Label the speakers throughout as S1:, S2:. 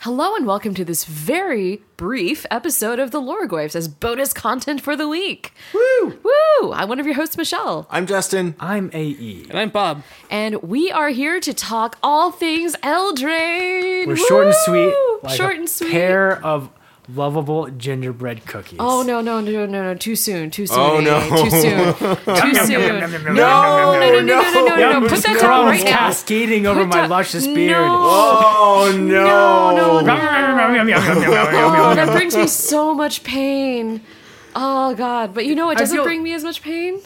S1: Hello and welcome to this very brief episode of the Lorgoyfs as bonus content for the week.
S2: Woo!
S1: Woo! I'm one of your hosts, Michelle,
S2: I'm Justin.
S3: I'm AE.
S4: And I'm Bob.
S1: and we are here to talk all things Eldraine.
S3: We're short and sweet.
S1: Woo!
S3: like
S1: short
S3: a
S1: and sweet.
S3: Pair of lovable gingerbread cookies.
S1: Oh no no no no no! Too soon, too soon.
S2: Oh,
S1: eh,
S2: no.
S1: too soon, too soon. No no no
S2: No,
S1: no no no no!
S3: Yum,
S1: Put that down
S3: crumbs
S1: right now.
S3: cascading over
S1: Put
S3: my
S1: that-
S3: luscious beard.
S1: No.
S2: Oh
S1: No, no,
S2: no!
S1: no. Oh, that brings me so much pain. Oh God! But you know, it doesn't
S3: feel-
S1: bring me as much pain.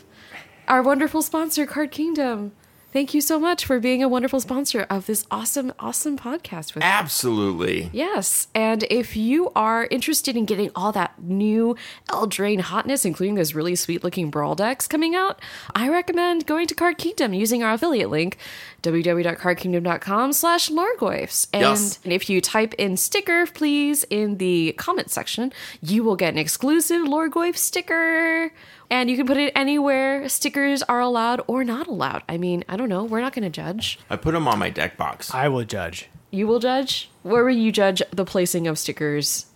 S1: Our wonderful sponsor, Card Kingdom. Thank you so much for being a wonderful sponsor of this awesome, awesome podcast with
S2: Absolutely.
S1: Yes. And if you are interested in getting all that new Eldraine hotness, including those really sweet looking Brawl decks coming out, I recommend going to Card Kingdom using our affiliate link, www.cardkingdom.com slash lorgoyfs. And,
S2: Yes.
S1: and if you type in sticker, please, in the comment section, you will get an exclusive lorgoyf sticker. And you can put it anywhere stickers are allowed or not allowed. I mean, I don't know. We're not going to judge.
S2: I put them on my deck box.
S3: I will judge.
S1: You will judge? Where will you judge the placing of stickers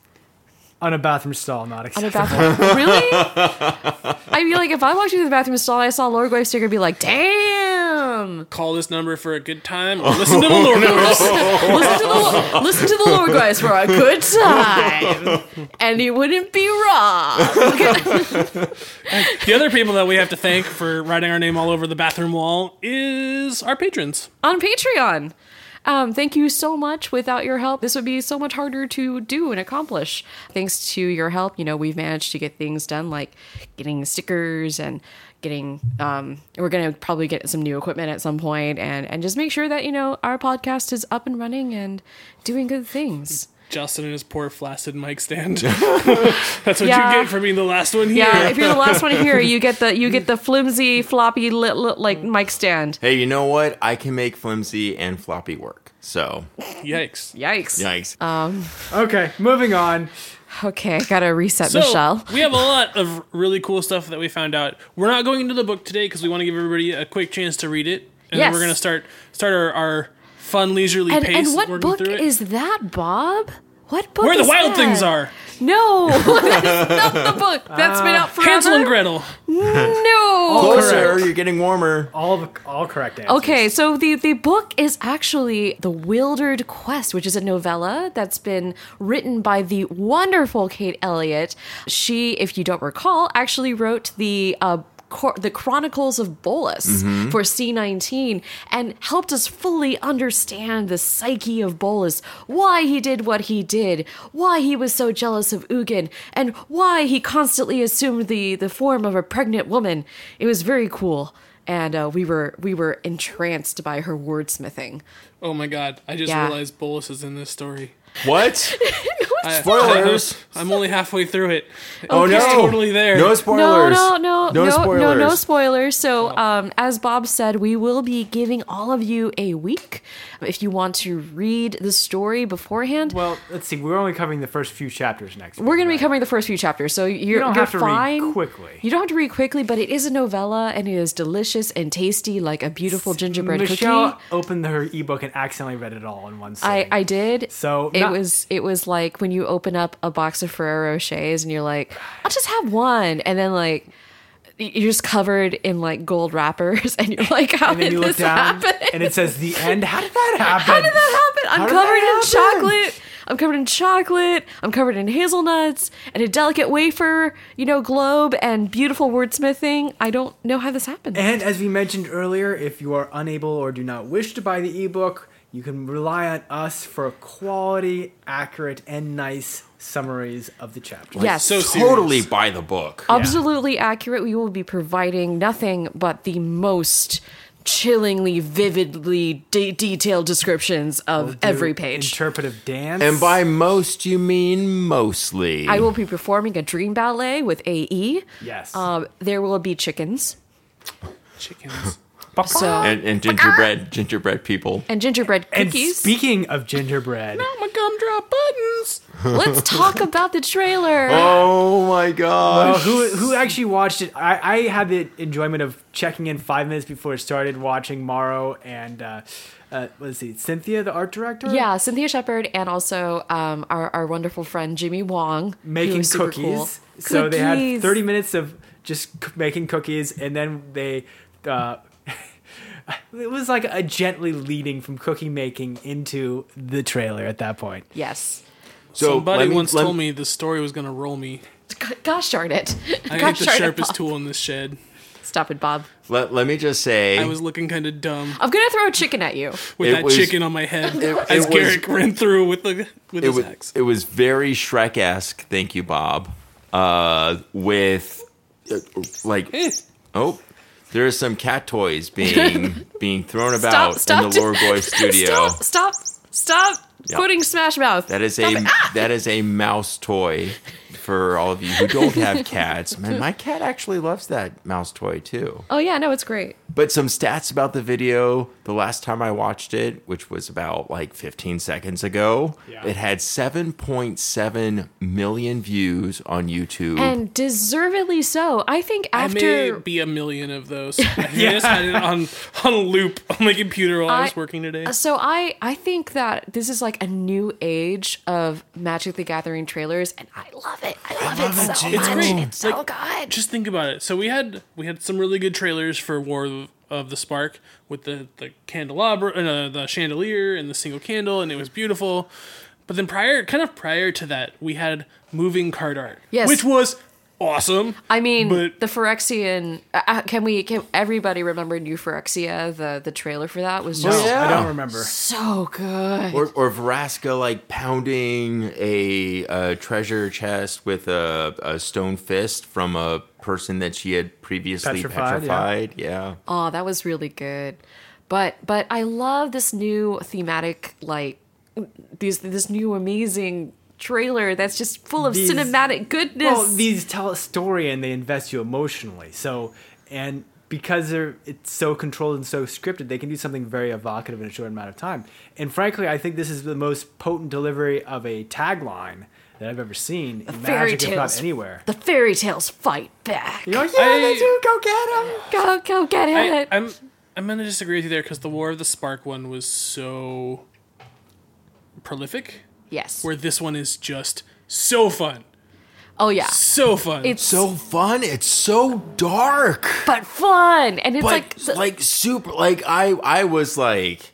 S3: On a bathroom stall, not
S1: on a
S3: acceptable.
S1: bathroom. really? I mean, like, if I walked into the bathroom stall and I saw a Lord Grave sticker, I'd be like, damn!
S4: Call this number for a good time or listen to the Lord.
S1: Listen to the, listen to the Lord Grave for a good time! And you wouldn't be wrong!
S4: The other people that we have to thank for writing our name all over the bathroom wall is our patrons.
S1: on Patreon! Um, thank you so much. Without your help, this would be so much harder to do and accomplish. Thanks to your help, you know, we've managed to get things done like getting stickers and getting um we're gonna probably get some new equipment at some point and and just make sure that you know our podcast is up and running and doing good things
S4: Justin and his poor flaccid mic stand. That's what
S1: Yeah.
S4: you get for being the last one here.
S1: yeah if you're the last one here you get the you get the flimsy floppy lit, lit, like mic stand
S2: Hey, you know what? I can make flimsy and floppy work. So,
S4: Yikes.
S1: yikes
S2: yikes.
S3: okay, moving on.
S1: okay i gotta reset
S4: So,
S1: michelle
S4: we have a lot of really cool stuff that we found out. We're not going into the book today because we want to give everybody a quick chance to read it. And then
S1: Yes.
S4: we're going to start start our, our fun, leisurely
S1: and,
S4: pace.
S1: and what
S4: working
S1: book
S4: through it.
S1: is that bob what book
S4: Where the
S1: is
S4: Wild
S1: that?
S4: Things Are.
S1: No, that's not the book. That's been out forever.
S4: Hansel and Gretel.
S1: No.
S2: Closer, Oh, you're getting warmer.
S3: All the all correct answers.
S1: Okay, so the, the book is actually The Wildered Quest, which is a novella that's been written by the wonderful Kate Elliott. She, if you don't recall, actually wrote the uh, Cor- the Chronicles of Bolus for C19 and helped us fully understand the psyche of Bolus, why he did what he did, why he was so jealous of Ugin, and why he constantly assumed the, the form of a pregnant woman. It was very cool and uh, we were we were entranced by her wordsmithing.
S4: Oh my god, I just
S1: Yeah.
S4: realized Bolus is in this story.
S2: What?
S4: I-
S2: Spoilers.
S4: I'm only halfway through it.
S2: Oh no!
S4: He's totally there.
S2: No
S1: No,
S2: spoilers.
S1: no, no, no,
S2: No spoilers.
S1: no, no spoilers. So, um, as Bob said, we will be giving all of you a week if you want to read the story beforehand.
S3: Well, let's see. We're only covering the first few chapters next week.
S1: we're going to be
S3: right?
S1: covering the first few chapters, so you're, you
S3: don't
S1: are
S3: have to read
S1: fine.
S3: quickly.
S1: You don't have to read quickly, but it is a novella and it is delicious and tasty, like a beautiful gingerbread
S3: Michelle
S1: cookie.
S3: opened her ebook and accidentally read it all in one sitting.
S1: I, I did.
S3: So,
S1: it
S3: not-
S1: was it was like when you open up a box of Ferrero Rochers and you're like, I'll just have one, and then like y- you're just covered in like gold wrappers, and you're like, how
S3: and then
S1: did
S3: you look
S1: this
S3: down
S1: happen?
S3: and it says the end. How did that happen?
S1: how did that happen? I'm
S3: did
S1: covered in
S3: that happen?
S1: chocolate. I'm covered in chocolate. I'm covered in hazelnuts and a delicate wafer, you know, globe and beautiful wordsmithing. I don't know how this happened.
S3: And as we mentioned earlier, if you are unable or do not wish to buy the ebook, you can rely on us for quality, accurate, and nice summaries of the chapter.
S1: yes.
S4: So
S2: Totally
S4: serious.
S2: by the book.
S1: Oh. absolutely accurate. We will be providing nothing but the most chillingly, vividly de- detailed descriptions of every page.
S3: Interpretive dance.
S2: and by most, you mean mostly.
S1: I will be performing a dream ballet with AE.
S3: Yes.
S1: Um, there will be chickens.
S4: Chickens.
S1: So
S2: and, and gingerbread, gingerbread people.
S1: and gingerbread
S3: and
S1: cookies.
S3: speaking of gingerbread,
S4: my gumdrop buttons.
S1: Let's talk about the trailer.
S2: Oh my
S3: Well,
S2: gosh.
S3: who who actually watched it? I, I had the enjoyment of checking in five minutes before it started, watching Morrow and uh, uh, let's see, Cynthia, the art director.
S1: Yeah, Cynthia Shepard and also um, our, our wonderful friend Jimmy Wong who
S3: making
S1: was super
S3: cookies.
S1: cool.
S3: So they had
S1: Cookies.
S3: 30 minutes of just c- making cookies, and then they. Uh, it was like a gently leading from cookie making into the trailer at that point.
S1: Yes.
S2: so
S4: Somebody
S2: let me-
S4: once
S2: let-
S4: told me the story was going to roll me.
S1: G- Gosh darn it!
S4: I
S1: Gosh
S4: ain't the
S1: darn it,
S4: sharpest
S1: Bob.
S4: tool in this shed.
S1: Stop it, Bob.
S2: Let, let me just say.
S4: I was looking kind of dumb
S1: I'm gonna throw a chicken at you.
S4: with
S2: It
S4: that
S2: was-
S4: chicken on my head
S2: it
S4: as
S2: was-
S4: Garrick ran through with the with
S2: it
S4: his
S2: was
S4: axe.
S2: it was very Shrek esque. Thank you, Bob. Uh, with uh, like
S4: Eh.
S2: oh, there is some cat toys being being thrown
S1: Stop!
S2: about
S1: Stop!
S2: in the
S1: do-
S2: Lorgoy studio.
S1: Stop! Stop! Stop! Quoting Smash Mouth.
S2: That is
S1: Stop
S2: a
S1: it. Ah!
S2: that is a mouse toy for all of you who don't have cats. Man, my cat actually loves that mouse toy too.
S1: Oh yeah, no, it's great.
S2: But some stats about the video. The last time I watched it, which was about like 15 seconds ago,
S3: Yeah.
S2: it had 7.7 million views on YouTube.
S1: And deservedly so. I think
S4: I
S1: after
S4: may be a million of those. I just had it on on loop on my computer while I, was
S1: I-
S4: working today.
S1: So I I think that this is like a new age of Magic the Gathering trailers, and I love it. I love,
S2: love
S1: it
S2: it
S1: so
S2: too.
S1: much.
S2: It's
S1: It's,
S2: great.
S1: so good.
S4: just think about it. So we had we had some really good trailers for War of the Spark with the the candelabra, uh, the chandelier, and the single candle, and it was beautiful. But then prior, kind of prior to that, we had moving card art,
S1: Yes.
S4: which was awesome.
S1: I mean,
S4: but-
S1: the Phyrexian. Uh, uh, can we? Can everybody remember New Phyrexia? The the trailer for that was just
S4: Oh,
S3: No, I
S2: yeah.
S3: don't remember.
S1: so good.
S2: or, or Vraska like pounding a, uh treasure chest with a, a stone fist from a person that she had previously
S3: Petrified,
S2: petrified.
S3: yeah.
S2: yeah.
S1: Oh, that was really good. But but I love this new thematic like these this new amazing trailer that's just full of
S3: These-
S1: cinematic goodness.
S3: Well, these tell a story and they invest you emotionally. So, and because they're it's so controlled and so scripted, they can do something very evocative in a short amount of time. And frankly, I think this is the most potent delivery of a tagline that I've ever seen in
S1: fairy
S3: Magic, if not
S1: tales.
S3: anywhere.
S1: the fairy tales fight back.
S3: You're like,
S4: I-
S3: yeah, they do. Go get him.
S1: Go go get
S4: I,
S1: it.
S4: I'm I'm gonna disagree with you there because the War of the Spark one was so prolific,
S1: yes.
S4: where this one is just so fun,
S1: Oh yeah.
S4: so fun.
S1: It's
S2: So fun. It's so dark.
S1: but fun and it's like
S2: but like, super like I I was like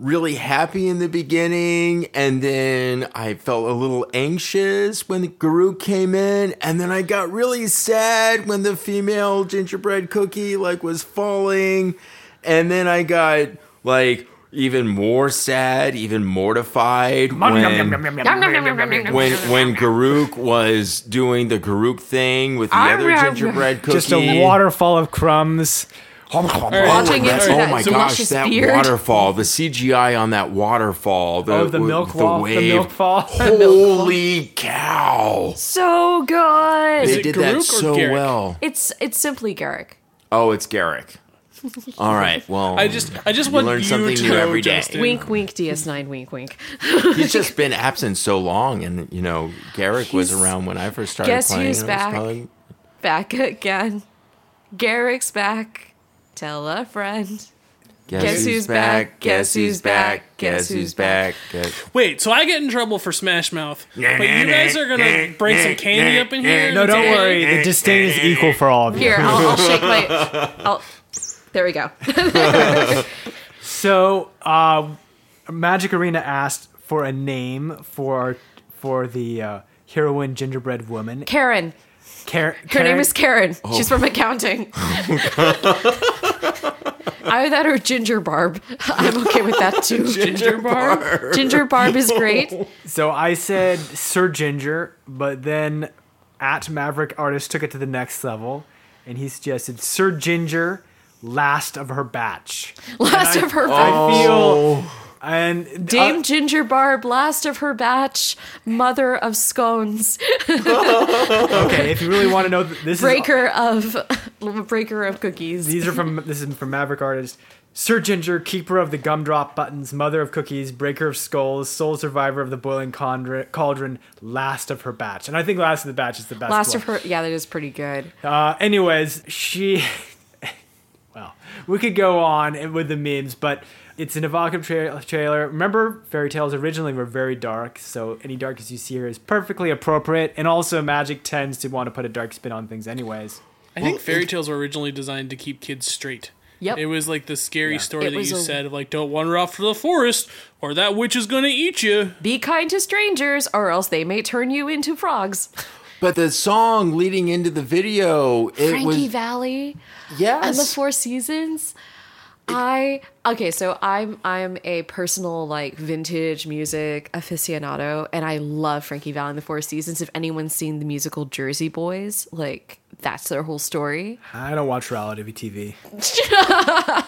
S2: really happy in the beginning and then I felt a little anxious when the guru came in and then I got really sad when the female gingerbread cookie like was falling and then I got like even more sad, even mortified when when when Garuk was doing the Garuk thing with the other gingerbread cookie,
S3: Just a waterfall of crumbs.
S1: Watching it
S2: that-
S1: through
S2: oh
S1: that
S2: my gosh,
S1: luscious
S2: that
S1: beard.
S2: waterfall, the CGI on that waterfall, the,
S3: Oh, the milk wall, the
S2: wave.
S3: milk fall.
S2: Holy cow!
S1: so good.
S2: They
S4: it
S2: did that
S4: Garuk or
S2: so
S4: Garrick?
S2: well.
S1: it's it's simply Garrick.
S2: Oh, it's Garrick. All right, well,
S4: I just I just
S2: you
S4: want
S2: learn
S4: you
S2: something
S4: to
S2: new
S4: know,
S2: every day.
S4: Justin.
S1: Wink wink DS9 wink wink.
S2: he's just been absent so long, and you know Garrick was
S1: He's-
S2: around when I first started
S1: Guess
S2: playing.
S1: who's
S2: and it was
S1: back?
S2: probably-
S1: Back again. Garrick's back. Tell a friend.
S2: Guess,
S1: Guess who's
S2: who's back? Guess who's back? Guess who's back? Guess-
S4: Wait, so I get in trouble for Smash Mouth, but you guys are gonna bring some candy up in here.
S3: No, don't worry. The disdain is equal for all of you.
S1: Here, I'll, I'll shake my. I'll, there we go.
S3: So, uh, Magic Arena asked for a name for for the uh, heroine gingerbread woman.
S1: Karen.
S3: Karen,
S1: Her name is Karen. She's from accounting. Either that or Ginger Barb. I'm okay with that too.
S4: Ginger bar.
S1: Ginger Barb is great.
S3: So I said Sir Ginger, but then at Maverick Artist took it to the next level, and he suggested Sir Ginger, last of her batch.
S1: Last of her
S3: I Uh,
S1: batch.
S2: Oh.
S3: feel and uh,
S1: Dame Ginger Barb, last of her batch, mother of scones,
S3: uh, okay, if you really want to know, th- this is
S1: breaker of breaker of cookies.
S3: These are from this is from Maverick Artist. Sir Ginger, keeper of the gumdrop buttons, mother of cookies, breaker of skulls, sole survivor of the boiling condra- cauldron, last of her batch. And I think last of the batch is the best.
S1: Last
S3: one.
S1: of her, yeah, that is pretty good.
S3: Uh, anyways, she. well, we could go on with the memes, but it's an evocative tra- trailer. Remember, fairy tales originally were very dark, so any darkness you see here is perfectly appropriate. And also, magic tends to want to put a dark spin on things, anyways.
S4: I think fairy tales were originally designed to keep kids straight.
S1: Yep.
S4: It was like the scary story
S1: It
S4: that
S1: was
S4: you
S1: a-
S4: said of like, don't wander off to the forest or that witch is going to eat you.
S1: Be kind to strangers, or else they may turn you into frogs.
S2: But the song leading into the video, it
S1: Frankie
S2: was
S1: Valley
S2: yes,
S1: and the Four Seasons. I okay, so I'm I'm a personal like vintage music aficionado, and I love Frankie Valley and the Four Seasons. If anyone's seen the musical Jersey Boys, like that's their whole story.
S3: I don't watch reality TV.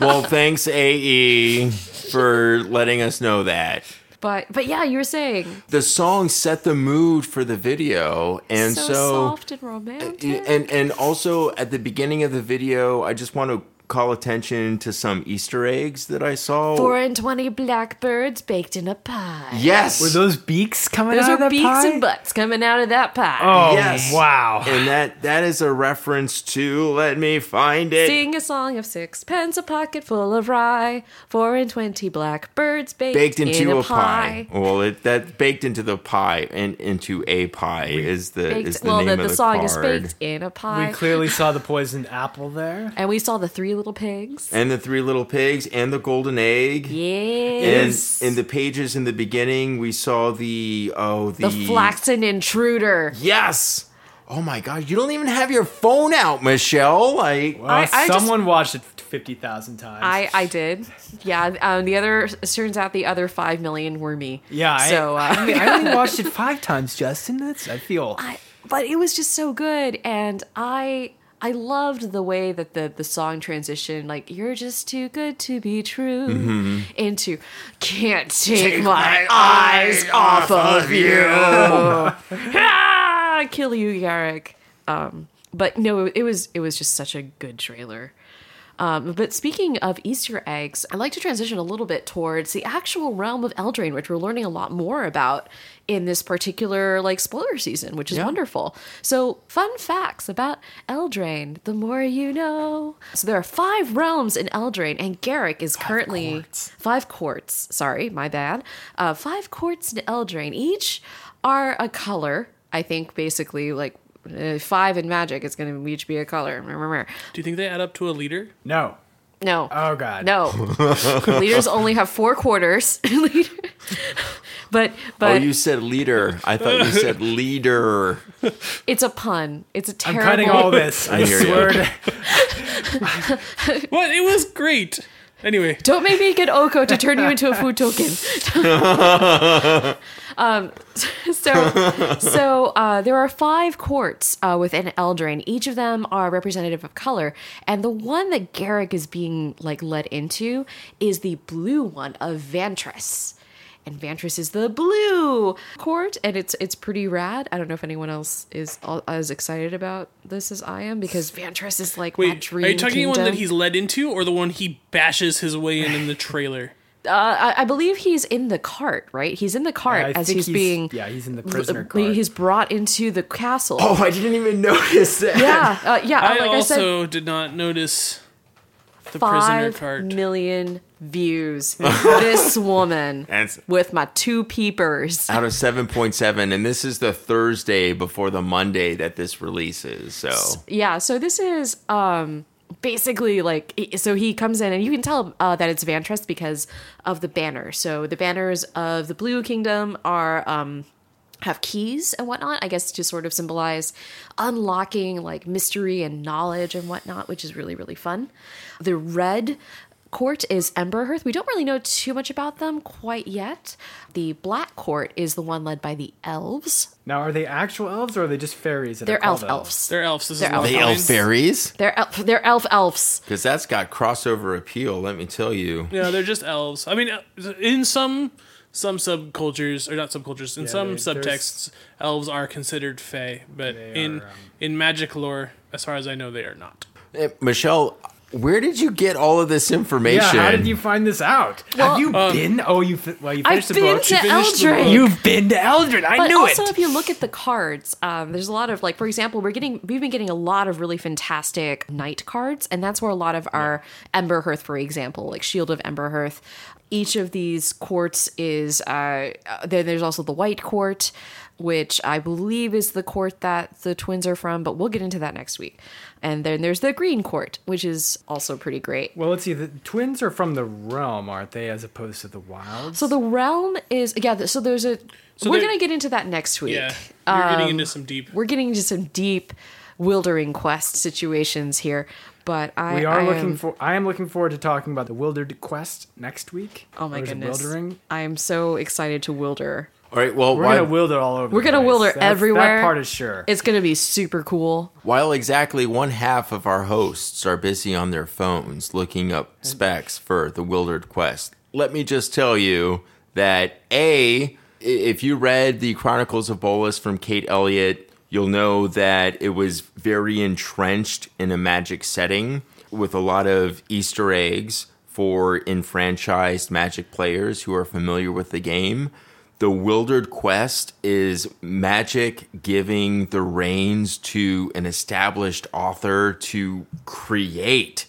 S2: Well, thanks AE for letting us know that.
S1: But but yeah, you were saying
S2: The song set the mood for the video, and
S1: so,
S2: so,
S1: soft and romantic.
S2: and and also at the beginning of the video, I just want to call attention to some Easter eggs that I saw.
S1: Four and twenty blackbirds baked in a pie.
S2: yes,
S3: Were those beaks coming
S1: Those
S3: out of
S1: are
S3: that
S1: beaks
S3: pie?
S1: and butts coming out of that pie.
S3: Oh,
S2: Yes.
S3: wow.
S2: and that that is a reference to. Let me find it.
S1: Sing a song of sixpence, a pocket full of rye, four and twenty blackbirds baked,
S2: baked
S1: in
S2: into
S1: a,
S2: a,
S1: pie.
S2: pie. Well, it, that baked into the pie and into a pie is the
S1: Baked,
S2: is the
S1: well,
S2: name
S1: the,
S2: of
S1: the
S2: the,
S1: song
S2: card.
S1: is baked in a pie.
S3: We clearly saw the poisoned apple there.
S1: and we saw the three little pigs.
S2: And the three little pigs and the golden egg. And
S1: Yes.
S2: in the pages in the beginning, we saw the oh the,
S1: the flaxen intruder.
S2: Yes. Oh my God! You don't even have your phone out, Michelle. Like
S1: I-
S3: Uh,
S1: I just-
S3: someone watched it 50,000 times.
S1: I, I did. Yeah. Um, the other, it turns out the other five million were me.
S3: yeah, I,
S1: So, uh,
S3: I, mean, I only watched it five times, Justin. That's, I feel.
S1: I- but it was just so good and i i loved the way that the the song transitioned like you're just too good to be true into can't Mm-hmm. take, my, eyes off of you ah, kill you garrick um but no it was it was just such a good trailer um, but speaking of Easter eggs, I'd like to transition a little bit towards the actual realm of Eldraine, which we're learning a lot more about in this particular like spoiler season, which is wonderful. So, fun facts about Eldraine: the more you know. So there are five realms in Eldraine, and Garrick is currently five courts. Sorry, my bad. Uh, five courts in Eldraine, each are a color. I think basically like. uh, Five in magic, it's going to each be a color.
S4: Do you think they add up to a leader?
S3: no.
S1: No.
S3: Oh, God.
S1: No. Leaders only have four quarters. Leader- but
S2: oh,
S1: but
S2: you said leader. I thought you said leader.
S1: it's a pun. It's a
S3: I'm
S1: terrible.
S3: cutting all this. I,
S2: hear ya.
S3: swear. To,
S4: What? It was great. Anyway,
S1: Don't make me get Oko to turn you into a food token. um, so, so uh, there are five courts uh, within Eldraine. Each of them are representative of color, and the one that Garrick is being like led into is the blue one of Vantress. And Vantress is the blue court, and it's it's pretty rad. I don't know if anyone else is all, as excited about this as I am because Vantress is like my
S4: wait. Are
S1: dream
S4: you talking
S1: kingdom.
S4: one that he's led into or the one he bashes his way in in the trailer?
S1: I, I believe he's in the cart, right? He's in the cart
S3: I
S1: as
S3: think
S1: he's, being.
S3: Yeah, he's in the
S1: l-
S3: prisoner
S1: l-
S3: card.
S1: He's brought into the castle.
S2: Oh, I didn't even notice that.
S1: Yeah, uh, yeah.
S4: I
S1: like I said,
S4: also did not notice the prisoner
S1: five
S4: card.
S1: million views. this woman
S2: That's-
S1: with my two peepers.
S2: out of 7.7 and this is the thursday before the monday that this releases so
S1: yeah so this is um basically like i- so he comes in and you can tell uh, that it's vantress because of the banner so the banners of the blue kingdom are um have keys and whatnot i guess to sort of symbolize unlocking like mystery and knowledge and whatnot which is really really fun the red court is emberhearth we don't really know too much about them quite yet the black court is the one led by the elves
S3: now, are they actual elves or are they just fairies? That
S1: they're
S3: are
S1: elf
S3: called
S1: elves
S4: They're elves. This
S1: They're
S4: is not
S1: elf
S2: the
S1: elves.
S2: elf
S4: mine.
S2: fairies
S1: they're elf they're elf elves
S2: because that's got crossover appeal let me tell you
S4: No, they're just elves. I mean, uh, in some some subcultures or not subcultures, in
S3: they-
S4: some
S3: there's-
S4: subtexts, elves are considered fae, but in
S3: are, um,
S4: in magic lore, as far as I know, they are not.
S2: Eh, michelle Where did you get all of this
S3: Yeah,
S2: information?
S3: how did you find this out?
S1: Well-
S3: Have you
S2: Um,
S3: been? Oh, you fi- well, you
S1: I've
S3: finished the
S1: been
S3: book.
S1: to
S4: finished the book.
S1: Eldrin.
S3: You've been to Eldrin. I
S1: But
S3: knew
S1: also,
S3: it.
S1: if you look at the cards, um, there's a lot of like, for example, we're getting we've been getting a lot of really fantastic knight cards, and that's where a lot of our Ember Hearth, for example, like Shield of Ember Hearth. Each of these quartz is uh, uh, then there's also the white quart, which I believe is the quart that the twins are from, but we'll get into that next week. And then there's the green quart, which is also pretty great.
S3: Well, let's see. The twins are from the realm, aren't they, as opposed to the wilds?
S1: So the realm is yeah. th- So there's a we're
S4: there-
S1: gonna get into that next week.
S4: Yeah, you're getting into some deep.
S1: we're getting into some deep wildering quest situations here but i
S3: we are
S1: I
S3: looking
S1: am-
S3: for. I am looking forward to talking about the Wildered Quest next week.
S1: oh my
S3: Or is it
S1: goodness
S3: Wildering.
S1: i'm so excited to wilder
S2: all right, well,
S3: We're
S2: why,
S3: gonna wilder all over.
S1: we're
S3: the
S1: gonna
S3: place.
S1: wilder
S3: That's-
S1: everywhere
S3: That part is sure.
S1: it's gonna be super cool
S2: while exactly one half of our hosts are busy on their phones looking up specs for the Wildered Quest, let me just tell you that A, i- if you read the Chronicles of Bolas from Kate Elliott, you'll know that it was very entrenched in a magic setting with a lot of Easter eggs for enfranchised magic players who are familiar with the game. The Wildered Quest is magic giving the reins to an established author to create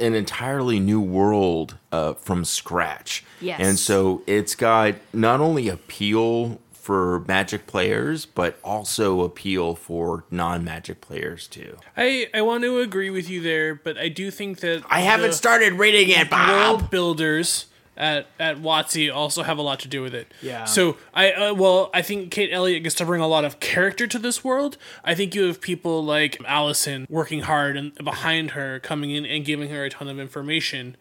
S2: an entirely new world uh, from scratch.
S1: Yes.
S2: And so it's got not only appeal for magic players, but also appeal for non magic players too.
S4: I I want to agree with you there, but I do think that
S2: I haven't
S4: the-
S2: started reading it, Bob.
S4: world builders at at WotC also have a lot to do with it.
S3: Yeah.
S4: So I uh, well I think Kate Elliott gets to bring a lot of character to this world. I think you have people like Allison working hard and behind her coming in and giving her a ton of information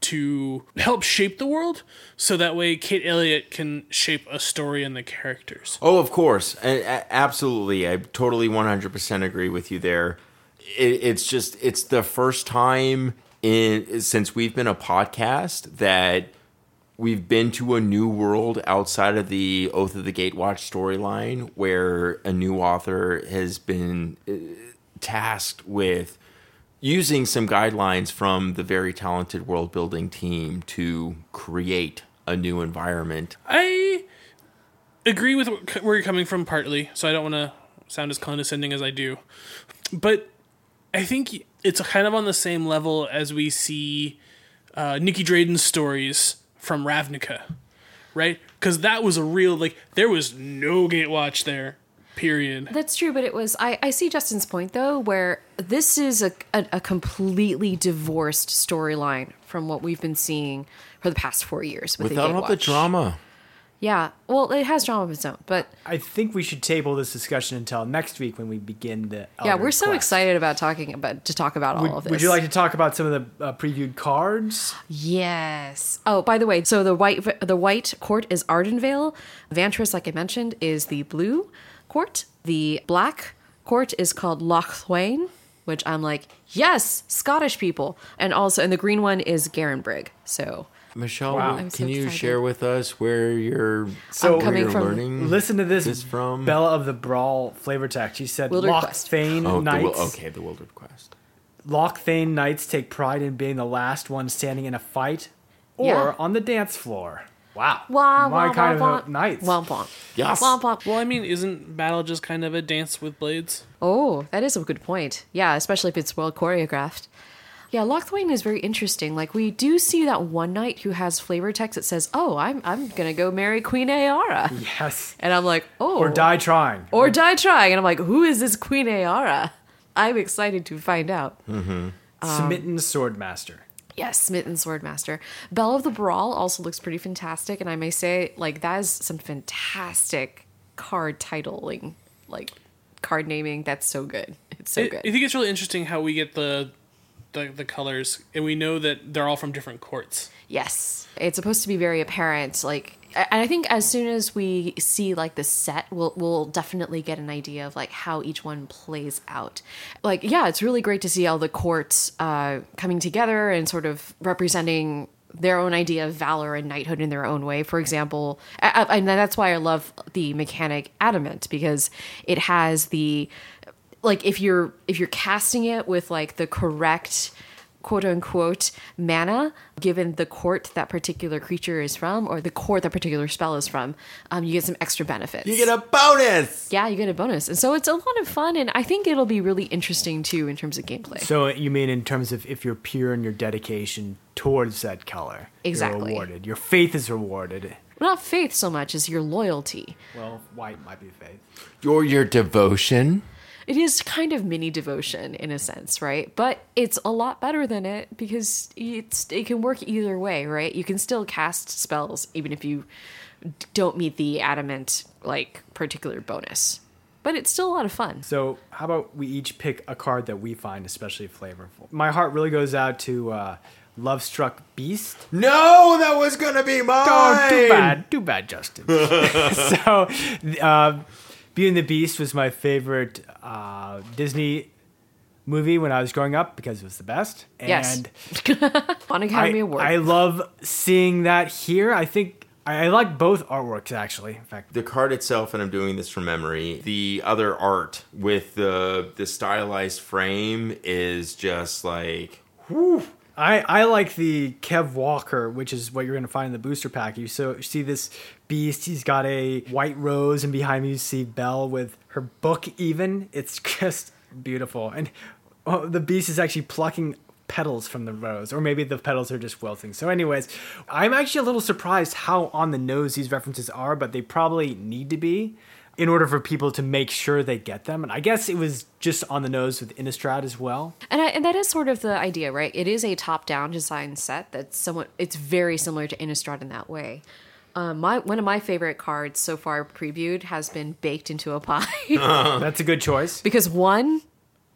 S4: to help shape the world so that way Kate Elliott can shape a story and the characters.
S2: Oh, of course. A- a- absolutely. I totally 100% agree with you there. It- it's just, it's the first time in since we've been a podcast that we've been to a new world outside of the Oath of the Gatewatch storyline where a new author has been uh, tasked with using some guidelines from the very talented world building team to create a new environment
S4: I agree with wh- where you're coming from partly, so I don't want to sound as condescending as I do. But I think it's kind of on the same level as we see uh, Nikki Drayden's stories from Ravnica, right? Because that was a real, like, there was no Gatewatch there, period.
S1: that's true but it was i, I see justin's point though where this is a, a, a completely divorced storyline from what we've been seeing for the past four years with
S2: without all the
S1: Gatewatch.
S2: drama.
S1: yeah well it has drama of its own but
S3: I think we should table this discussion until next week when we begin the.
S1: yeah
S3: Elder
S1: we're so
S3: Quest.
S1: excited about talking about to talk about
S3: Would,
S1: all of this
S3: would you like to talk about some of the uh, previewed cards?
S1: Yes. Oh, by the way, so the white the white court is Ardenvale. Vantress, like I mentioned, is the blue court. The black court is called Lochthwain, which I'm like, yes, Scottish people. And also, and the green one is Garenbrig. So
S2: Michelle,
S3: Wow.
S2: can
S1: I'm so
S2: you
S1: excited.
S2: share with us where you're
S3: So-
S2: where
S1: coming
S2: you're
S1: from-
S2: learning?
S3: Listen to Mm. this,
S2: This from-
S3: Bella of the Brawl flavor text. She said,
S1: Wilder Quest.
S3: Lochthane
S2: oh, the,
S3: Knights.
S2: Wil- okay, the Wildered Quest.
S3: Lochthane Knights take pride in being the last one standing in a fight or
S1: Yeah.
S3: on the dance floor. Wow.
S1: wah,
S3: My
S1: wah,
S3: kind
S1: wah,
S3: of
S1: wah.
S3: knights.
S1: Womp womp.
S2: Yes.
S1: Womp womp.
S4: Well, I mean, isn't battle just kind of a dance with blades?
S1: Oh, that is a good point. Yeah, especially if it's well choreographed. Yeah, Lochthwain is very interesting. Like we do see that one knight who has flavor text that says, "Oh, I'm I'm gonna go marry Queen Aara,"
S3: yes.
S1: and I'm like, "Oh,
S3: Or die trying.
S1: or die trying." And I'm like, "Who is this Queen Aara?" I'm excited to find out.
S3: Smitten Swordmaster.
S1: Yes, Smitten Swordmaster. Bell of the Brawl also looks pretty fantastic, and I may say, like that is some fantastic card titling, like card naming. That's so good. It's so
S4: I-
S1: good.
S4: I think it's really interesting how we get the, the the colors, and we know that they're all from different courts.
S1: Yes. It's supposed to be very apparent. Like, and I think as soon as we see like the set, we'll we'll definitely get an idea of like how each one plays out. Like, yeah, it's really great to see all the courts uh, coming together and sort of representing their own idea of valor and knighthood in their own way. For example, a- a- and that's why I love the mechanic adamant because it has the like if you're if you're casting it with like the correct quote unquote mana given the court that particular creature is from or the court that particular spell is from um, you get some extra benefits
S2: You get a bonus.
S1: yeah you get a bonus and so it's a lot of fun and i think it'll be really interesting too in terms of gameplay
S3: So you mean in terms of if you're pure in your dedication towards that color,
S1: Exactly.
S3: you're rewarded. Your faith is rewarded.
S1: not faith so much as your loyalty
S3: Well, white might be faith.
S2: Or your devotion.
S1: it is kind of mini devotion in a sense, right? But it's a lot better than it because it's it can work either way, right? You can still cast spells even if you don't meet the adamant like particular bonus. But it's still a lot of fun.
S3: So how about we each pick a card that we find especially flavorful? My heart really goes out to uh, Love Struck Beast.
S2: No, that was gonna be mine.
S3: Oh, too bad, too bad, Justin. so, uh, Beauty and the Beast was my favorite uh, Disney movie when I was growing up because it was the best. And
S1: yes. Fun
S3: I,
S1: Academy Award.
S3: I love seeing that here. I think I, I like both artworks actually. In fact,
S2: The card itself, and I'm doing this from memory. The other art with the the stylized frame is just like
S3: I, I like the Kev Walker, which is what you're going to find in the booster pack. You so you see this beast. He's got a white rose, and behind me you see Belle with her book. Even it's just beautiful, and oh, the beast is actually plucking petals from the rose, or maybe the petals are just wilting. So, anyways, I'm actually a little surprised how on the nose these references are, but they probably need to be in order for people to make sure they get them. And I guess it was just on the nose with Innistrad as well.
S1: And, I, and that is sort of the idea, right? It is a top-down design set that's somewhat. It's very similar to Innistrad in that way. Um, my one of my favorite cards so far previewed has been baked into a pie
S3: That's a good choice.
S1: because one,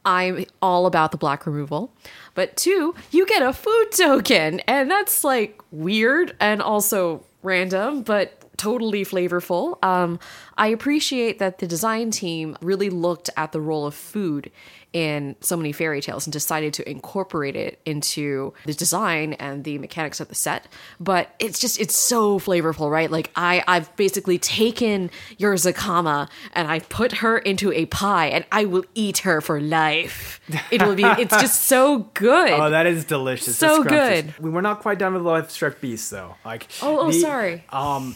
S1: I'm all about the black removal, but two, you get a food token, and that's like weird and also random, but totally flavorful. Um, I appreciate that the design team really looked at the role of food in so many fairy tales and decided to incorporate it into the design and the mechanics of the set but it's just it's so flavorful right like i i've basically taken your zakama and i've put her into a pie and i will eat her for life it will be it's just so good
S3: Oh, that is delicious. The
S1: So
S3: scrumptious.
S1: good.
S3: We were not quite done with Life Struck Beast, though. Like,
S1: Oh, oh, sorry.
S3: Um,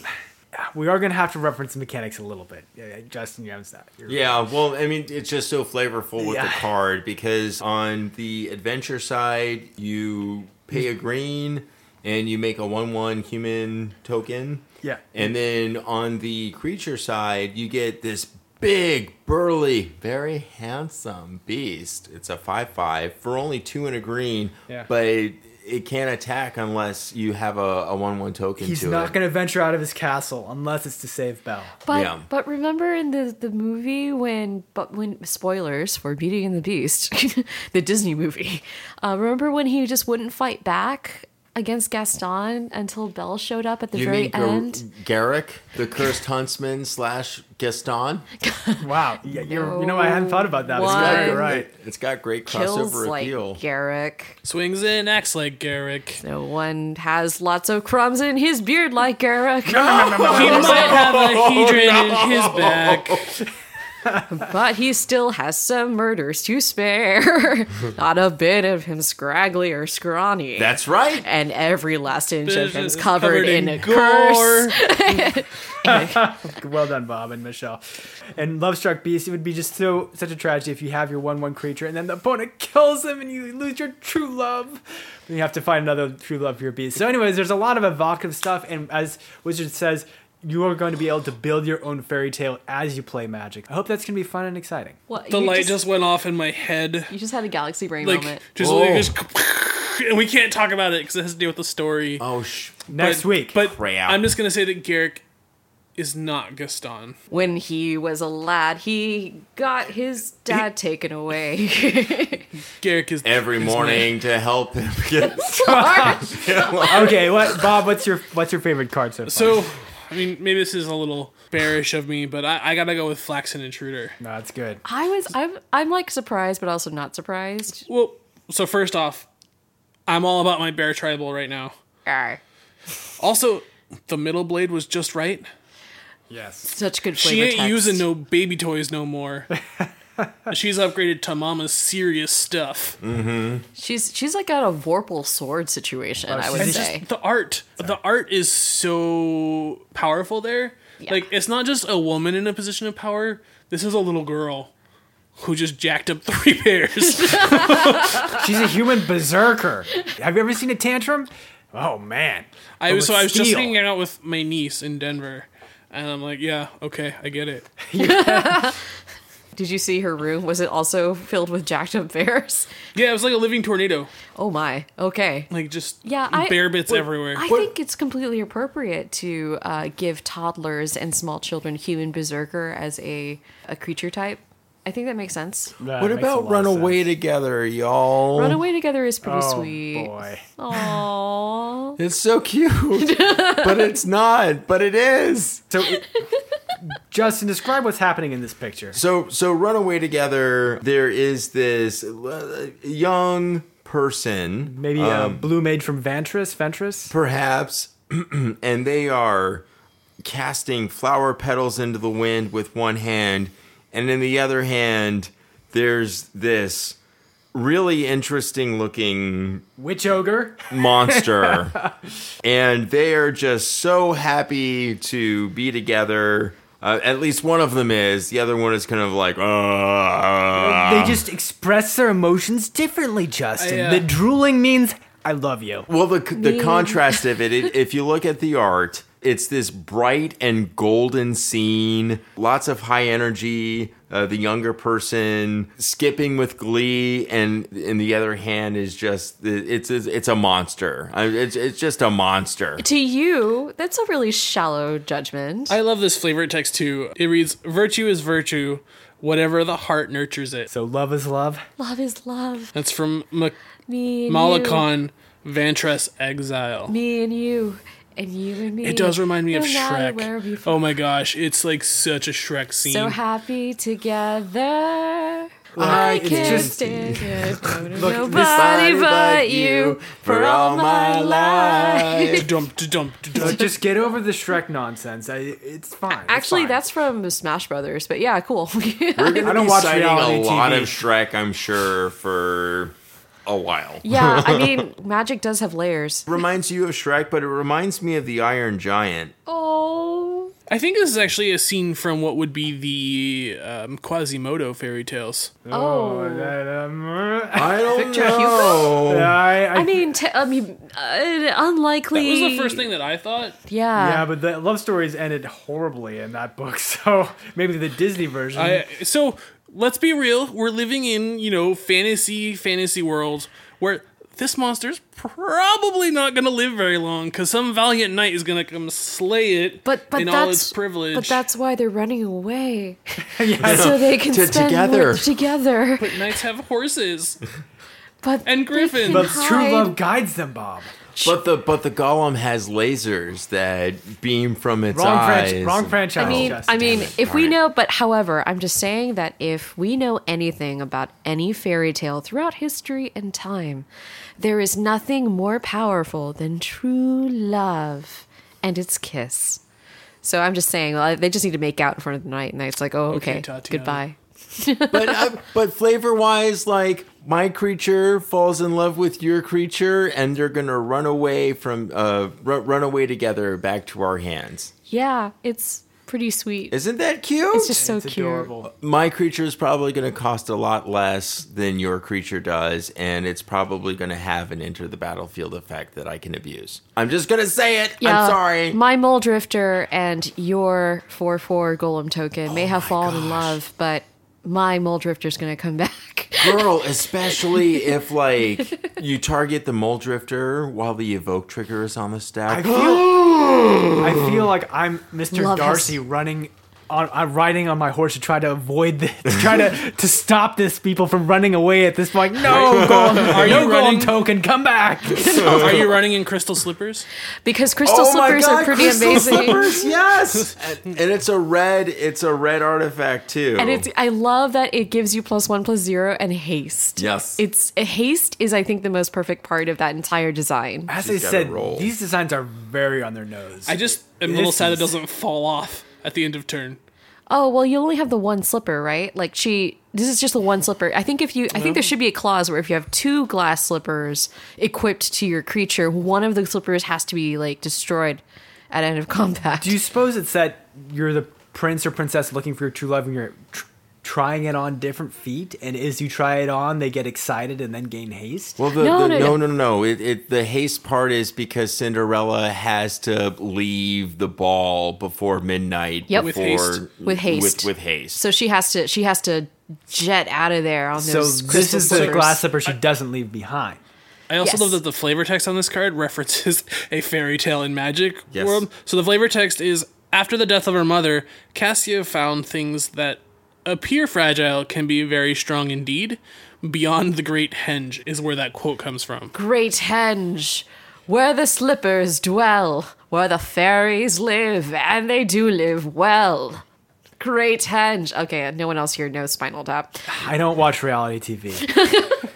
S3: we are gonna have to reference the mechanics a little bit. Yeah, Justin, you have that. You're-
S2: Yeah, well, I mean, it's just so flavorful with the
S3: Yeah.
S2: card because on the adventure side, you pay a green and you make a 1 1 human token.
S3: Yeah.
S2: And then on the creature side, you get this big, burly, very handsome beast. It's a 5 5 for only two and a green,
S3: Yeah.
S2: but it, it can't attack unless you have a, a 1 1 token
S3: He's
S2: to
S3: not
S2: it.
S3: gonna venture out of his castle unless it's to save Belle.
S1: But
S2: Yeah.
S1: but remember in the the movie when but when spoilers for Beauty and the Beast, the Disney movie. Uh, remember when he just wouldn't fight back against Gaston until Belle showed up at the
S2: you
S1: very
S2: mean Gar-
S1: end.
S2: Garrick, the cursed huntsman slash Gaston?
S3: Wow. Yeah, you're, you know, I hadn't thought about that. It's
S1: One.
S3: got-
S2: Yeah,
S3: You're right.
S2: It's got great
S1: Kills
S2: crossover
S1: like
S2: appeal.
S1: Garrick.
S4: Swings in, acts like Garrick.
S1: No one has lots of crumbs in his beard like Garrick.
S4: He might have a hedron in his back.
S1: but he still has some murders to spare. Not a bit of him scraggly or scrawny.
S2: That's right.
S1: and every last inch of him's
S4: It's
S1: covered, in, a
S4: gore.
S1: curse.
S3: Well done, Bob and Michelle. And Love Struck Beast, it would be just so such a tragedy if you have your one one creature and then the opponent kills him and you lose your true love. Then you have to find another true love for your beast. So, anyways, there's a lot of evocative stuff, and as Wizard says, you are going to be able to build your own fairy tale as you play magic. I hope that's gonna be fun and exciting.
S1: What,
S4: The
S1: you
S4: light just, went off in my head.
S1: You just had a galaxy brain
S4: Like
S1: moment.
S4: just,
S2: Whoa.
S4: like, just and we can't talk about it because it has to do with the story.
S2: Oh, sh-
S3: Next
S4: But-
S3: week.
S4: But
S2: Crap.
S4: I'm just gonna say that Garrick is not Gaston.
S1: When he was a lad, he got his dad taken away.
S4: Garrick is
S2: every
S4: is
S2: morning to help him get
S3: okay, what Bob, what's your what's your favorite card so far?
S4: So, I mean, maybe this is a little bearish of me, but I, I gotta go with Flaxen Intruder.
S3: no, that's good.
S1: I was, I'm, I'm like surprised, but also not surprised.
S4: Well, so first off, I'm all about my bear tribal right now.
S1: Arr.
S4: Also, the middle blade was just right.
S3: Yes.
S1: Such good flavor.
S4: She ain't
S1: text.
S4: using no baby toys no more. She's upgraded to Mama's serious stuff.
S1: Mm. She's she's like got a Vorpal sword situation, I would
S3: she's
S4: It's
S1: say.
S4: just the art. The art is so powerful there.
S1: Yeah.
S4: Like it's not just a woman in a position of power. This is a little girl who just jacked up three pairs.
S3: She's a human berserker. Have you ever seen a tantrum? Oh man.
S4: I was so I was just
S3: Steel.
S4: hanging out with my niece in Denver, and I'm like, yeah, okay, I get it.
S1: Did you see her room? Was it also filled with jacked up bears?
S4: Yeah, it was like a living tornado.
S1: Oh my. Okay.
S4: Like just
S1: Yeah, I-
S4: bare bits
S1: Wait,
S4: everywhere.
S1: I think it's completely appropriate to uh, give toddlers and small children human berserker as a, a creature type. I think that makes sense.
S3: That
S2: What
S3: makes a lot
S2: about
S3: of
S2: run away
S3: sense.
S2: together, y'all?
S1: Runaway together is pretty
S3: Oh
S1: sweet.
S3: boy.
S1: Aww.
S2: It's so cute, but it's not. But it is.
S3: So, it- Justin, describe what's happening in this picture.
S2: So so runaway together. There is this uh, young person,
S3: Maybe
S2: uh,
S3: a blue maid from Ventress. Ventress.
S2: perhaps, and they are casting flower petals into the wind with one hand, and in the other hand, there's this really interesting looking
S3: Witch ogre.
S2: monster. and they are just so happy to be together. Uh, at least one of them is. The other one is kind of like, "Ah."
S3: they just express their emotions differently, Justin.
S4: I, uh,
S3: The drooling means I love you.
S2: Well, the the contrast of it, it, if you look at the art, it's this bright and golden scene, lots of high energy. Uh, the younger person skipping with glee, and in the other hand is just it's it's, it's a monster. I- It's it's just a monster.
S1: To you, that's a really shallow judgment.
S4: I love this flavor text too. It reads, "Virtue is virtue, whatever the heart nurtures it."
S3: So love is love.
S1: love is love.
S4: That's from Ma-
S1: Me and you.
S4: Malakon Vantress Exile.
S1: Me and you. And you and me.
S4: It does remind me of
S1: No matter where we
S4: Shrek. Oh my gosh, it's like such a Shrek scene.
S1: So happy together. I
S3: it's
S1: can't
S3: just-
S1: stand it.
S3: Look,
S1: Nobody but, you for all my life.
S4: Dum, dum, dum.
S3: But just get over the Shrek nonsense. I, it's fine. It's
S1: Actually,
S3: fine.
S1: that's from Smash Brothers, but yeah, cool.
S2: We're gonna
S3: I don't
S2: be
S3: watch
S2: citing a
S3: reality
S2: lot
S3: TV.
S2: of Shrek, I'm sure, for a while.
S1: yeah, I mean, magic does have layers.
S2: Reminds you of Shrek, but it reminds me of the Iron Giant.
S1: Oh.
S4: I think this is actually a scene from what would be the um, Quasimodo fairy tales.
S1: Oh.
S3: That, um,
S2: I don't
S3: I,
S2: know.
S3: I,
S1: I mean, t- I mean, uh, unlikely.
S4: That was the first thing that I thought.
S1: Yeah.
S3: yeah, but the love stories ended horribly in that book. So maybe the Disney version.
S4: I, so let's be real. We're living in you know fantasy fantasy world where this monster's probably not going to live very long because some valiant knight is going to come slay it.
S1: But but
S4: in
S1: that's
S4: all its privilege.
S1: But that's why they're running away, so they can
S2: To-
S1: spend
S2: together.
S1: more together. But,
S4: knights have horses.
S1: they
S4: And griffins.
S1: can
S3: but true
S1: hide.
S3: love guides them, Bob.
S2: But the but the golem has lasers that beam from its
S3: Wrong,
S2: eyes.
S3: franchise. wrong franchise.
S1: I mean,
S3: Justin.
S1: I mean,
S2: Damn it.
S1: if
S2: All
S1: we
S2: right.
S1: know, but however, I'm just saying that if we know anything about any fairy tale throughout history and time, there is nothing more powerful than true love and its kiss. So I'm just saying, well, they just need to make out in front of the night, and it's like, oh,
S4: Okay,
S1: okay,
S4: Tatiana.
S1: goodbye.
S2: But uh, but flavor wise, like my creature falls in love with your creature, and they're gonna run away from uh run, run away together back to our hands.
S1: Yeah, it's pretty sweet. It's,
S2: Isn't that cute?
S1: just so
S3: it's
S1: cute.
S3: adorable.
S2: my creature is probably going to cost a lot less than your creature does, and it's probably going to have an enter the battlefield effect that I can abuse. I'm just going to say it. I'm sorry.
S1: My mole drifter and your 4 4 golem token
S2: Oh
S1: may have fallen in love, but my mole drifter's going to come back.
S2: Girl, especially if like you target the mole drifter while the evoke trigger is on the
S3: I
S2: stack.
S3: feel, I feel like I'm Mr.
S1: Love has-
S3: Darcy running on I'm riding on my horse to try to avoid the to try to to stop this people from running away at this point. No, golem,
S4: Are
S3: no
S4: you
S3: golem
S4: running?
S3: token, come back.
S4: Are you running in crystal slippers?
S1: because crystal
S3: Oh
S1: slippers are pretty
S2: Oh crystal
S1: amazing.
S2: Slippers, yes. and, and it's a red it's a red artifact too.
S1: And it's I love that it gives you plus one plus zero and haste.
S2: Yes.
S1: It's haste is I think the most perfect part of that entire design.
S3: As I
S2: She's gotta
S3: said,
S2: roll.
S3: these designs are very on their nose.
S4: I just am a little
S3: This
S4: sad
S3: is-
S4: it doesn't fall off at the end of turn.
S1: oh well you only have the one slipper right like she this is just the one slipper i think if you i think there should be a clause where if you have two glass slippers equipped to your creature one of the slippers has to be like destroyed at end of combat
S3: Do you suppose it's that you're the prince or princess looking for your true love and you're tr- trying it on different feet? And as you try it on, they get excited and then gain haste?
S2: Well, the,
S1: No,
S2: the,
S1: no,
S2: no,
S1: no.
S2: no, no, no, It, it, the haste part is because Cinderella has to leave the ball before midnight.
S1: Yep.
S4: With
S2: Before,
S4: haste.
S1: With haste.
S2: With, with haste.
S1: so she has to she has to jet out of there on
S3: so
S1: those
S3: this
S1: crystal
S3: is the
S1: slippers.
S3: glass slipper she doesn't leave behind.
S4: I also
S1: Yes.
S4: love that the flavor text on this card references a fairy tale in magic
S2: Yes.
S4: world. So the flavor text is after the death of her mother, Cassia found things that appear fragile can be very strong indeed. Beyond the great henge is where that quote comes from.
S1: great henge where the slippers dwell where the fairies live and they do live well great henge okay no one else here knows spinal tap
S3: I don't watch reality TV.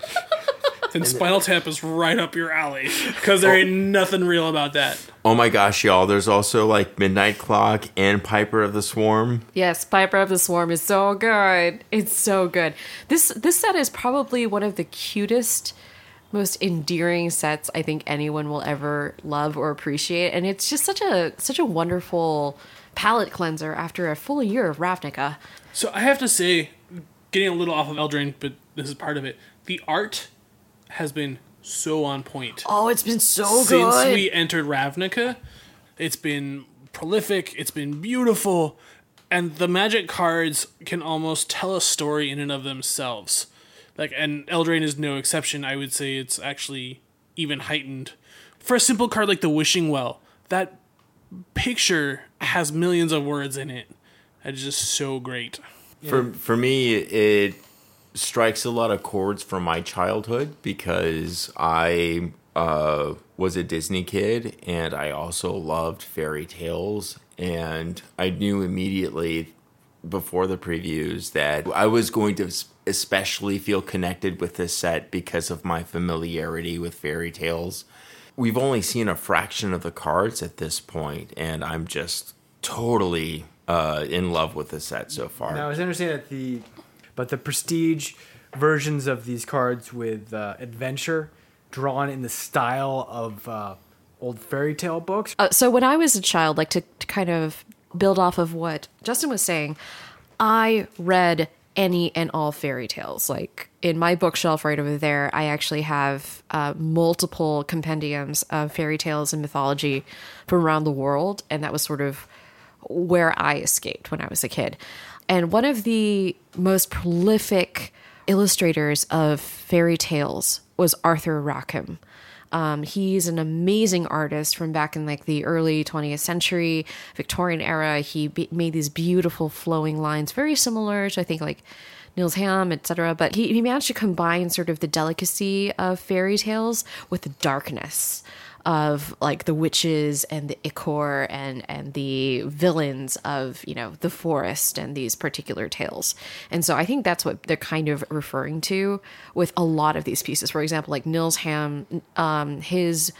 S4: And Spinal Tap is right up your alley because there ain't nothing real about that.
S2: Oh my gosh, y'all. There's also like Midnight Clock and Piper of the Swarm.
S1: Yes, Piper of the Swarm is so good. It's so good. This this set is probably one of the cutest, most endearing sets I think anyone will ever love or appreciate, and it's just such a such a wonderful palate cleanser after a full year of Ravnica.
S4: So I have to say, getting a little off of Eldraine, but this is part of it. The art has been so on point.
S1: Oh, it's been so
S4: since
S1: good.
S4: we entered Ravnica. It's been prolific, it's been beautiful, and the magic cards can almost tell a story in and of themselves. Like and Eldraine is no exception. I would say it's actually even heightened. For a simple card like the Wishing Well, that picture has millions of words in it. It's just so great.
S2: For for me, it strikes a lot of chords from my childhood because I uh, was a Disney kid and I also loved fairy tales and I knew immediately before the previews that I was going to s- especially feel connected with this set because of my familiarity with fairy tales. We've only seen a fraction of the cards at this point, and I'm just totally uh, in love with the set so far.
S3: now, I was understanding that the, but the prestige versions of these cards with uh, adventure drawn in the style of uh, old fairy tale books.
S1: Uh, so when I was a child, like to, to kind of build off of what Justin was saying, I read any and all fairy tales. Like in my bookshelf right over there, I actually have uh, multiple compendiums of fairy tales and mythology from around the world, and that was sort of where I escaped when I was a kid. And one of the most prolific illustrators of fairy tales was Arthur Rackham. Um, he's an amazing artist from back in like the early 20th century Victorian era. He be- made these beautiful flowing lines, very similar to I think like Nils Ham, etc. But he, he managed to combine sort of the delicacy of fairy tales with the darkness of like the witches and the ichor and and the villains of you know the forest and these particular tales and so i think that's what they're kind of referring to with a lot of these pieces for example like nils ham um his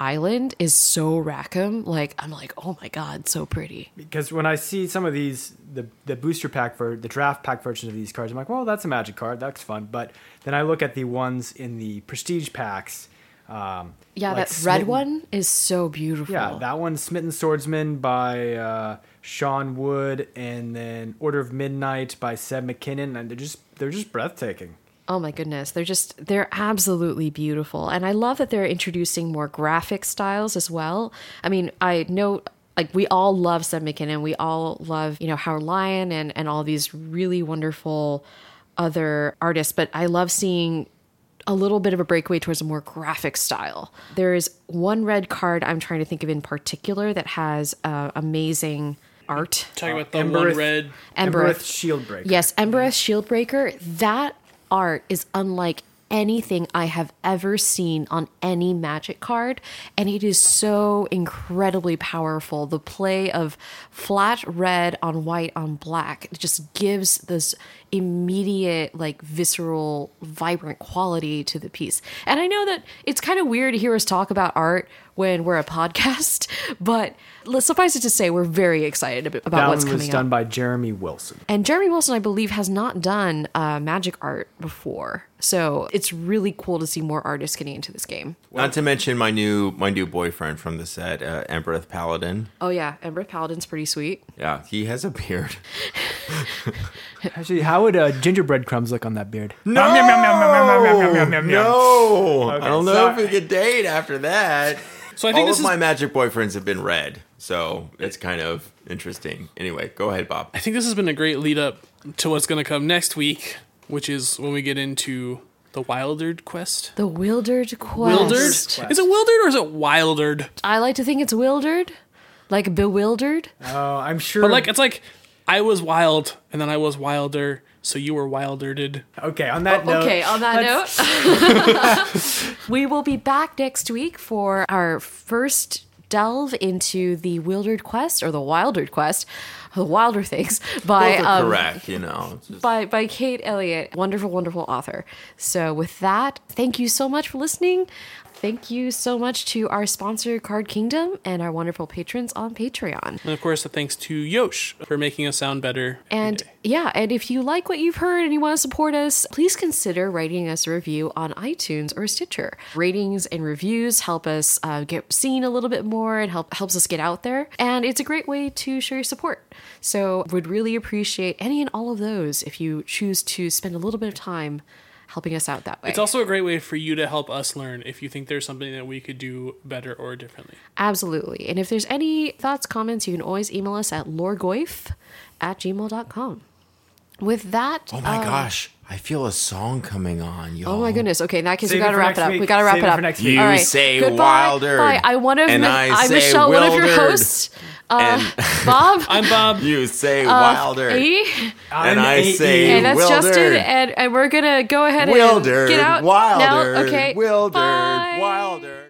S1: island is so rackham like i'm like oh my god so pretty
S3: because when I see some of these, the the booster pack for the draft pack versions of these cards, I'm like, well, that's a magic card, that's fun. But then I look at the ones in the prestige packs. Um,
S1: yeah
S3: like
S1: that red
S3: Smitten-
S1: one is so beautiful
S3: Yeah, that one, Smitten Swordsman by uh, Sean Wood, and then Order of Midnight by Seb McKinnon, and they're just they're just breathtaking.
S1: Oh my goodness. They're just, they're absolutely beautiful. And I love that they're introducing more graphic styles as well. I mean, I know. Like we all love Seth McKinnon, we all love you know Howard Lyon and and all these really wonderful other artists, but I love seeing a little bit of a breakaway towards a more graphic style. There is one red card I'm trying to think of in particular that has uh, amazing art.
S4: Talking about the
S3: Embereth-
S4: one red
S1: Embereth.
S3: Shieldbreaker.
S1: Yes, Embereth Shieldbreaker. That art is unlike anything I have ever seen on any magic card, and it is so incredibly powerful. The play of flat red on white on black just gives this immediate, like visceral, vibrant quality to the piece. And I know that it's kind of weird to hear us talk about art when we're a podcast. But let's- suffice it to say, we're very excited ab- about
S3: that
S1: what's
S3: one was
S1: coming
S3: done
S1: up.
S3: by Jeremy Wilson.
S1: And Jeremy Wilson, I believe, has not done uh, magic art before, so it's really cool to see more artists getting into this game.
S2: Not to mention my new my new boyfriend from the set, uh, Embereth Paladin.
S1: Oh yeah, Ember Paladin's pretty sweet.
S2: Yeah, he has a beard.
S3: Actually, how would uh, gingerbread crumbs look on that beard?
S2: No, no. I don't know
S3: sorry.
S2: if we could date after that.
S4: So I think
S2: All
S4: this
S2: of
S4: is
S2: my magic boyfriends have been red, so it's kind of interesting. Anyway, go ahead, Bob.
S4: I think this has been a great lead up to what's going to come next week, which is when we get into the Wildered quest.
S1: The Wildered Quest.
S4: Wildered? Is it Wildered or is it Wildered?
S1: I like to think it's wildered, like bewildered.
S3: Oh, I'm sure.
S4: But like it's like I was wild and then I was wilder, so you were wildered.
S3: okay, on that note.
S1: Okay, on that
S3: let's-
S1: note, we will be back next week for our first delve into the Wildered Quest or the Wildered Quest, the Wilder Things by
S2: Both are
S1: um,
S2: correct, you know. It's just-
S1: by by Kate Elliott, wonderful, wonderful author. So with that, thank you so much for listening. Thank you so much to our sponsor Card Kingdom and our wonderful patrons on Patreon.
S4: And of course, the thanks to Yosh for making us sound better. every
S1: And
S4: day.
S1: yeah, and if you like what you've heard and you want to support us, please consider writing us a review on iTunes or Stitcher. Ratings and reviews help us uh, get seen a little bit more and help helps us get out there. And it's a great way to show your support. So would really appreciate any and all of those if you choose to spend a little bit of time helping us out that way.
S4: it's also a great way for you to help us learn if you think there's something that we could do better or differently.
S1: Absolutely. And if there's any thoughts, comments, you can always email us at loregoif at gmail.com. With that, um,
S2: oh my gosh, I feel a song coming on, y'all.
S1: uh, Oh my goodness. Okay, in that case,
S3: Save
S1: we
S3: it
S1: gotta
S3: for
S1: wrap
S3: next
S1: it up.
S3: week.
S1: We gotta wrap
S3: Save
S1: it
S3: it
S1: up.
S3: for next week.
S2: You
S1: All right.
S2: say
S1: Goodbye.
S2: Wildered,
S1: Bye. I want to.
S2: and I
S1: I'm
S2: say
S1: Michelle, one of your
S2: Wildered.
S1: hosts. Uh,
S2: And-
S1: Bob.
S4: I'm Bob.
S2: You say Wilder.
S1: E.
S2: And
S3: I'm
S2: I
S3: A.E.
S2: say
S1: And that's
S2: Wilder.
S1: Justin. And, and we're gonna go ahead and
S2: Wilder.
S1: get out.
S2: Wilder.
S1: now. Okay.
S2: Wilder.
S1: Bye.
S2: Wilder.